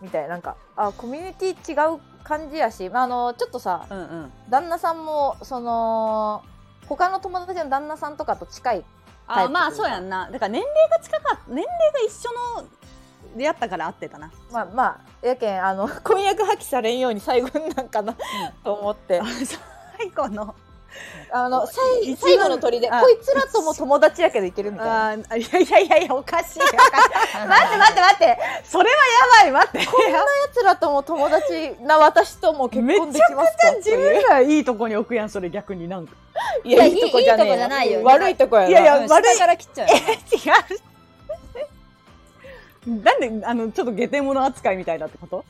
みたいななんかあコミュニティ違う感じやし、まあ、あのちょっとさうんうん旦那さんもその他の友達の旦那さんとかと近いタイあプまあというかそうやんなだから年齢が近か年齢が一緒の出会ったから合ってたなまあまあやけんあの 婚約破棄されんように最後になんかな、と思って 最後のあのさい一番最後の鳥であこいつらとも友達やけどいけるみたいなあーいやいやいやいやおかしい よと待って待って待ってやそれはやばい待ってつらとも友達な私とも結婚できますか自分らいいとこに置くやんそれ逆になんかいいやいいいいとこじゃないよ悪いとこやないやいやうん悪い下から切っちゃうよえ違うなんであのちょっと下手者扱いみたいだって こと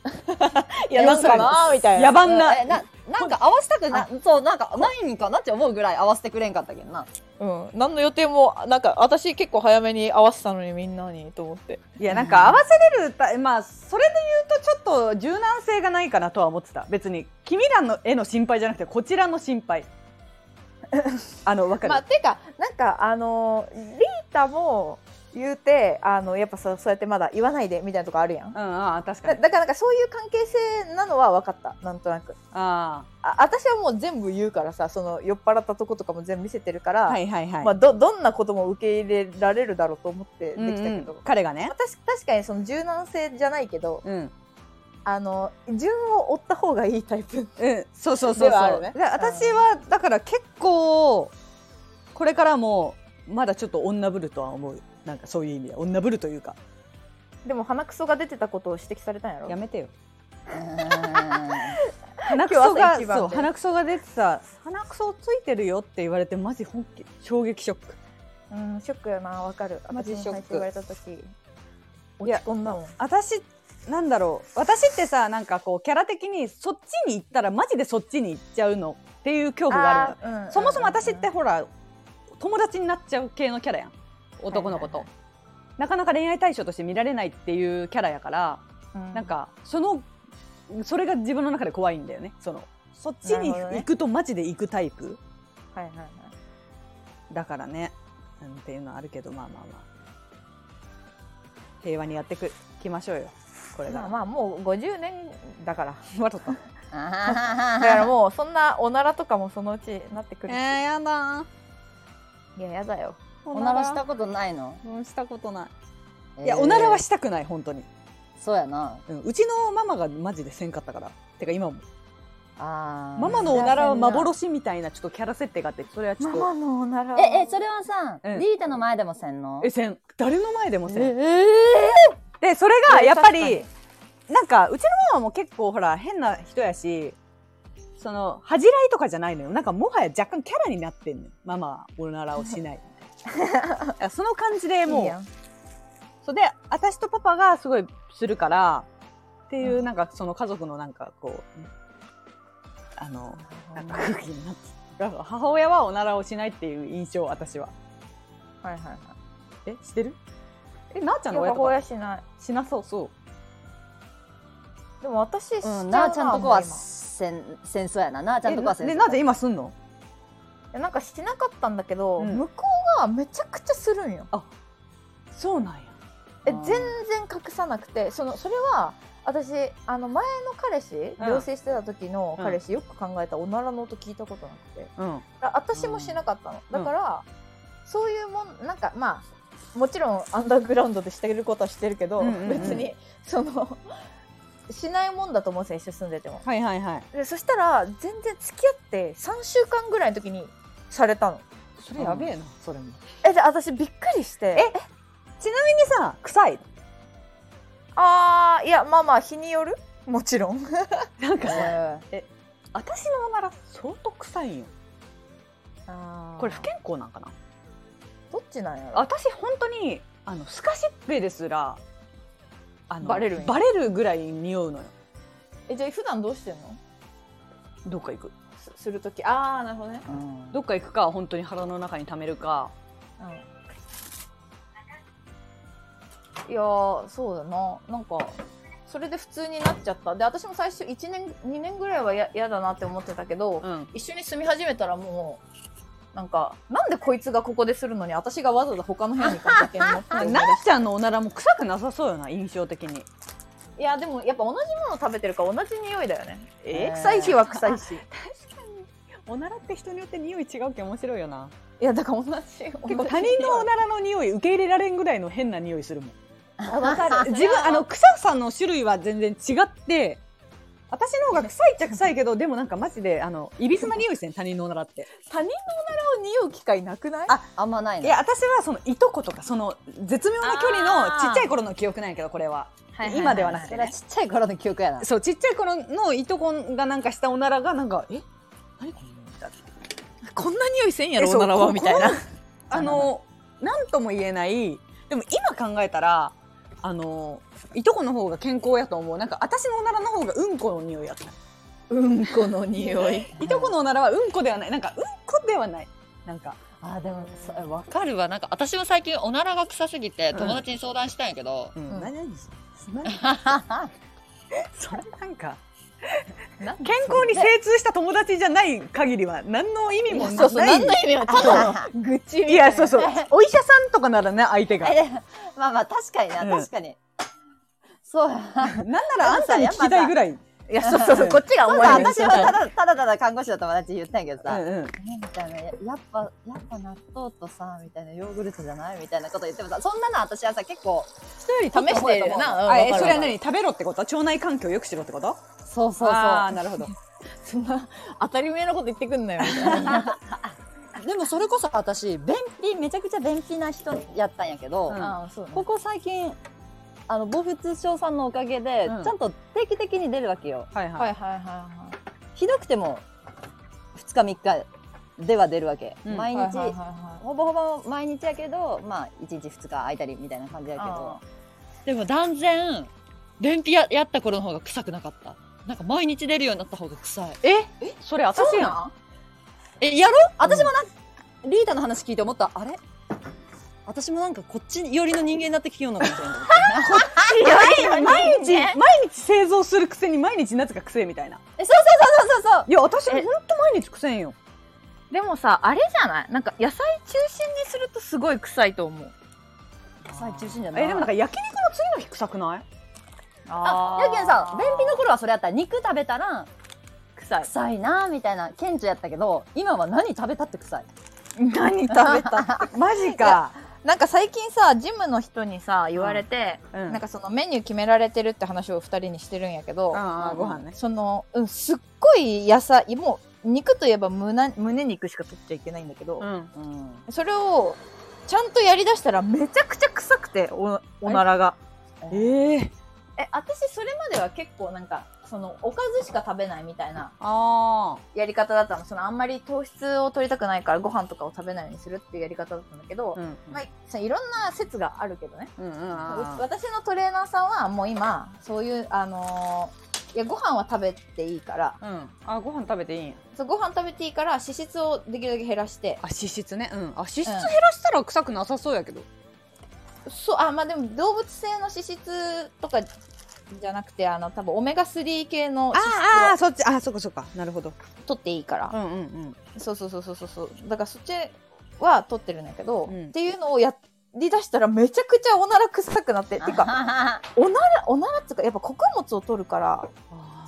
いやなんかなみたいな野蛮な、うんえななんか合わせたくなそうなんかないんかなって思うぐらい合わせてくれんかったけどなうん、何の予定もなんか私結構早めに合わせたのにみんなにと思っていやなんか合わせれるたまあそれで言うとちょっと柔軟性がないかなとは思ってた別に君らの絵の心配じゃなくてこちらの心 配あのわかる、まあていうかなんかあのーリータも言うてあのやっぱそうそうやってまだ言わないでみたいなとこあるやんうんああ確かだにだからなんかそういう関係性なのは分かったなんとなくああ私はもう全部言うからさその酔っ払ったとことかも全部見せてるから、あはいはいはい、まあ、どどんなことも受け入れられるだろうと思ってできうんうたけど、ん彼がねまあ、確確かにその柔軟性じゃないけどうんあの順を追った方がいいタイプうん、そうそうそうではあそう、るねで私はだから結構これからもまだちょっと女ぶるとは思うなんかそういう意味で女ぶるというかでも鼻くそが出てたことを指摘されたんやろやめてよう鼻くそ今日が朝一番でそう鼻くそが出てさ鼻くそついてるよって言われてマジ本気衝撃ショックうんショックやなわかるマジ私ショも最初ック言われた時落ち込んだもん私なんだろう私ってさなんかこうキャラ的にそっちに行ったらマジでそっちに行っちゃうのっていう恐怖があるのあーうんそもそも私ってほら友達になっちゃう系のキャラやん男の子と、はいなかなか恋愛対象として見られないっていうキャラやから、うんなんかそのそれが自分の中で怖いんだよねそのそっちになるほどね行くとマジで行くタイプはいはいはいだからねなんていうのはあるけどまあまあまあ平和にやってくきましょうよこれが、まあまあもう50年だからわかっただからもうそんなおならとかもそのうちなってくるし、やだいややだよ んおならしたことないのうんしたことない、いえやーおならはしたくない本当に、そうやなうん、うちのママがマジでせんかったからてか今もあーママのおならは幻みたいなちょっとキャラ設定があってそれはちょっとのおならええそれはさ、うんリータの前でも洗脳えせん誰の前でもせん、えでそれがやっぱ確りなんかうちのママも結構ほら変な人やしその恥じらいとかじゃないのよなんかもはや若干キャラになってんのよママはおならをし ないだからその感じでもういいやんそれで私とパパがすごいするからっていうなんかその家族のなんかこうあのなんか空気になってだから母親はおならをしないっていう印象私ははいはいはいえしてるえなあちゃんの親と母か親しないしなそうそうでも私しちゃうな,、うん、なあちゃんとこはせん戦争やななあちゃんとこは戦え争でなぜ今すんの今なんかしなかったんだけど、うん向こうがめちゃくちゃするんよそうなんやえあー全然隠さなくてそのそれは私あの前の彼氏うん同棲してた時の彼氏、よく考えたらおならの音聞いたことなくてうんあ私もしなかったの、だから、そういうもんなんかまあもちろんアンダーグラウンドでしてることはしてるけど、うんうんうん別にそのしないもんだと思うんですよ一緒に住んでてもはいはいはいでそしたら全然付き合って3週間ぐらいの時にされたのそれやべえな、それもえで私びっくりしてえでさ臭いあーいやまあまあ日によるもちろんなんかさえ私のおなら相当臭いんよこれ不健康なんかなどっちなんやろ私本当にあのスカシッペですらあのバレるんやバレるぐらい匂うのよえじゃあ普段どうしてんのどっか行くすする時ああなるほどね、ーうんどっか行くか本当に腹の中に溜めるかいやーそうだななんかそれで普通になっちゃったで私も最初1年2年ぐらいはや嫌だなって思ってたけど、うん一緒に住み始めたらもうなんかなんでこいつがここでするのに私がわざわざ他の部屋に行かなきゃいけんのって思い出なしちゃんのおならも臭くなさそうよな印象的にいやでもやっぱ同じもの食べてるから同じ匂いだよねえ臭い日は臭 いしおならって人によって匂い違うけ面白いよないやだから同じ結構他人のおならの匂い受け入れられんぐらいの変な匂いするもんわかる自分あの臭さの種類は全然違って私の方が臭いっちゃ臭いけどでもなんかマジであのいびつな匂 いしてん他人のおならって他人のおならを匂う機会なくないあんまないいのや私はそのいとことかその絶妙な距離のちっちゃい頃の記憶なんやけどこれは今ではなくて、それはね、ちっちゃい頃の記憶やなそうちっちゃい頃のいとこがなんかしたおならがなんかえこんな匂いせんやえそうここなのあのなんとも言えないでも今考えたらあのいとこの方が健康やと思うなんか私のおならの方がうんこの匂いやったうんこの匂い いとこのおならはうんこではないなんかうんこではないなんかあでもそわわかるわなんか私も最近おならが臭すぎて友達に相談したんやけど、うんうん何 々何々それなんか健なん康に精通した友達じゃない限りは何の意味もそうそうない何の意味もただの愚痴み たいやそう そうお医者さんとかならね相手がえまあまあ確かにな、うん確かにそうやなんならあんたに聞きたいぐらいいやそうそうそうこっちが思いなん出かし私はただただただ看護師の友達に言ったんやけどさ、うんうんねみたいなややっぱやっぱ納豆とさみたいなヨーグルトじゃないみたいなこと言ってもさそんなの私はさ結構人より試してるなうんあえわかそるれはわかる何食べろってこと腸内環境を良くしろってことそうそうそうああなるほどそんな当たり前のこと言ってくんなよみたいなでもそれこそ私便秘めちゃくちゃ便秘な人やったんやけど、うん ああそうねここ最近あの防腐症さんのおかげで、うんちゃんと定期的に出るわけよはいははいはいはいはひどくても2日3日では出るわけ、うん毎い日、はいはいはほぼほぼ毎日やけどまあ1日2日空いたりみたいな感じやけどあでも断然便秘ややった頃の方が臭くなかったなんか毎日出るようになった方が臭いいそれ私やんんえやろ私もなリーダーの話聞いて思ったあれ私もなんかこっち寄りの人間になってきようのかもしれない毎日毎日製造するくせに毎日なぜか癖みたいなえそうそうそうそうそうそういや私もほんと毎日癖んよでもさあれじゃないなんか野菜中心にするとすごい臭いと思う臭い中心じゃないえでもなんか焼肉の次の日臭くないあやけんさ便秘の頃はそれやったら肉食べたら臭い臭いなみたいな顕著やったけど今は何食べたって臭い何食べた ってマジか、なんか最近さジムの人にさ言われて、うん、なんかそのメニュー決められてるって話を二人にしてるんやけど、ああご飯ねその、うん、すっごい野菜もう肉といえば胸胸肉しか取っちゃいけないんだけど、んそれをちゃんとやりだしたらめちゃくちゃ臭くておおならがえええ私それまでは結構なんかそのおかずしか食べないみたいなあやり方だったのそのあんまり糖質を取りたくないからご飯とかを食べないようにするっていうやり方だったんだけど、あうんまあ、そのいろんな説があるけどねうんうんう私のトレーナーさんはもう今そういうあのーいやご飯は食べていいからうんあご飯食べていいんやそうご飯食べていいから脂質をできるだけ減らしてあ脂質ねうんあ脂質う減んらしたら臭くなさそうやけどそうあまあでも動物性の脂質とかじゃなくてあの多分オメガ3系の脂ああ質そっちあそこそっかなるほどを取っていいからうんうんうんそうそうそうそうそうそうだからそっちは取ってるんだけど、うんっていうのをやりだしたらめちゃくちゃおなら臭くなっててかおならおならっていうかやっぱ穀物を取るから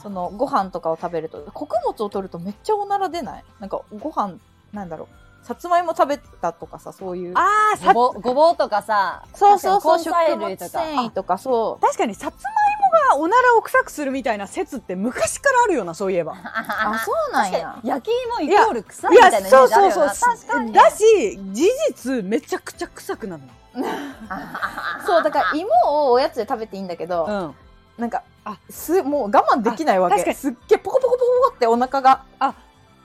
そのご飯とかを食べると穀物を取るとめっちゃおなら出ないなんかご飯なんだろうさつまいも食べたとかさそういうああごぼごぼうとかさそうそうそう確食かに根物菜類とか繊維とかそう確かにさつまいもがおならを臭くするみたいな説って昔からあるよなそういえばあそうなんや焼き芋イコール臭いいみたいなやイメそーうジあるそうよそうな確かにだし事実めちゃくちゃ臭くなるそうだから芋をおやつで食べていいんだけど、のうんなんかあすもう我慢できないわあ確かけにすっげえポコポコポコポコってお腹が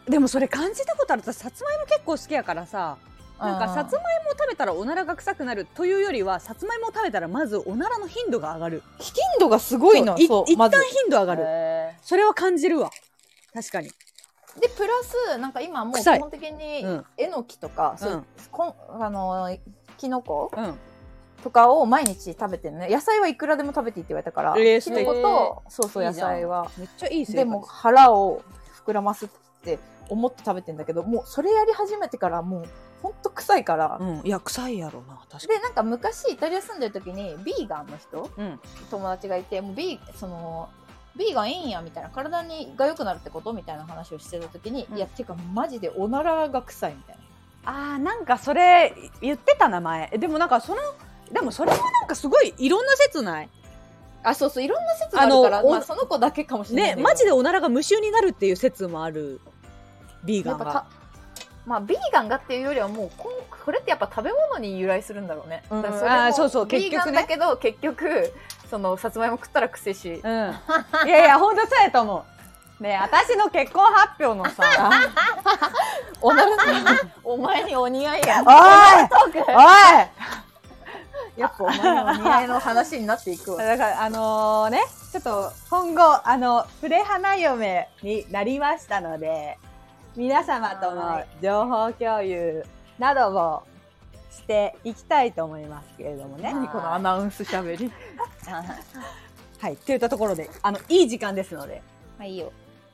でもそれ感じたことある私さつまいも結構好きやからさなんかさつまいもを食べたらおならが臭くなるというよりはさつまいもを食べたらまずおならの頻度が上がる頻度がすごいのいそう一ま旦ず頻度上がるへそれは感じるわ確かにでプラスなんか今もう基臭い本的にうんえのきとか、そううんこんあのきのこうんとかを毎日食べてるね野菜はいくらでも食べていいって言われたからえーきのこすごとそうそうい野いじゃん菜はめっちゃいい生活でも腹を膨らますって思って食べてんだけどもうそれやり始めてからもうほんと臭いから、うんいや臭いやろな確かでなんか昔イタリア住んでる時にビーガンの人、うん友達がいてもうビーそのビーガンいいんやみたいな体にが良くなるってことみたいな話をしてた時に、いやてかマジでおならが臭いみたいなあーなんかそれ言ってた名前でもなんかそのでもそれはなんかすごいいろんな説ないあそうそういろんな説があるからあのおまあ、その子だけかもしれなねいんだけどマジでおならが無臭になるっていう説もあるビーやガっンぱがかまあビーガンがっていうよりはもうこんこれってやっぱ食べ物に由来するんだろうね、うんだからあーそうそう結ビーガ局ねンだけど結局そのさつまいも食ったら癖しうん いやいや本当そうやと思うねえ私の結婚発表の さおならお前にお似合いやおいおいやっぱお前のお似合いの話になってい くわだからあのねちょっと今後あのプレ花嫁になりましたので皆様との情報共有などをしていきたいと思いますけれどもね。何このアナウンスしゃべり はい、といったところであのいい時間ですので、まあいいよ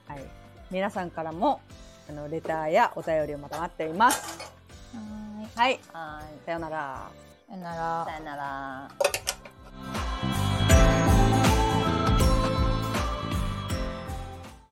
はい、皆さんからもあのレターやお便りをまた待っています。はーいはい、はさようなら。さよならい。さよなら。